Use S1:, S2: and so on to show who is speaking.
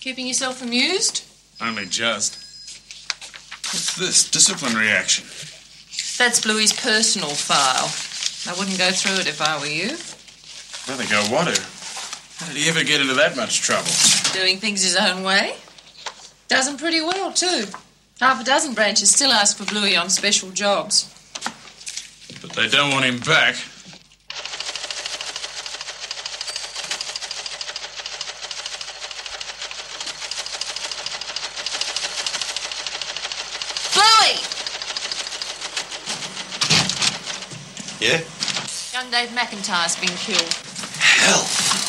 S1: Keeping yourself amused?
S2: Only just. What's this? Discipline reaction.
S1: That's Bluey's personal file. I wouldn't go through it if I were you.
S2: Rather go what? How did he ever get into that much trouble?
S1: Doing things his own way. Does 'em pretty well, too. Half a dozen branches still ask for Bluey on special jobs.
S2: But they don't want him back.
S1: Bluey!
S3: Yeah?
S1: Young Dave McIntyre's been killed.
S3: Hell!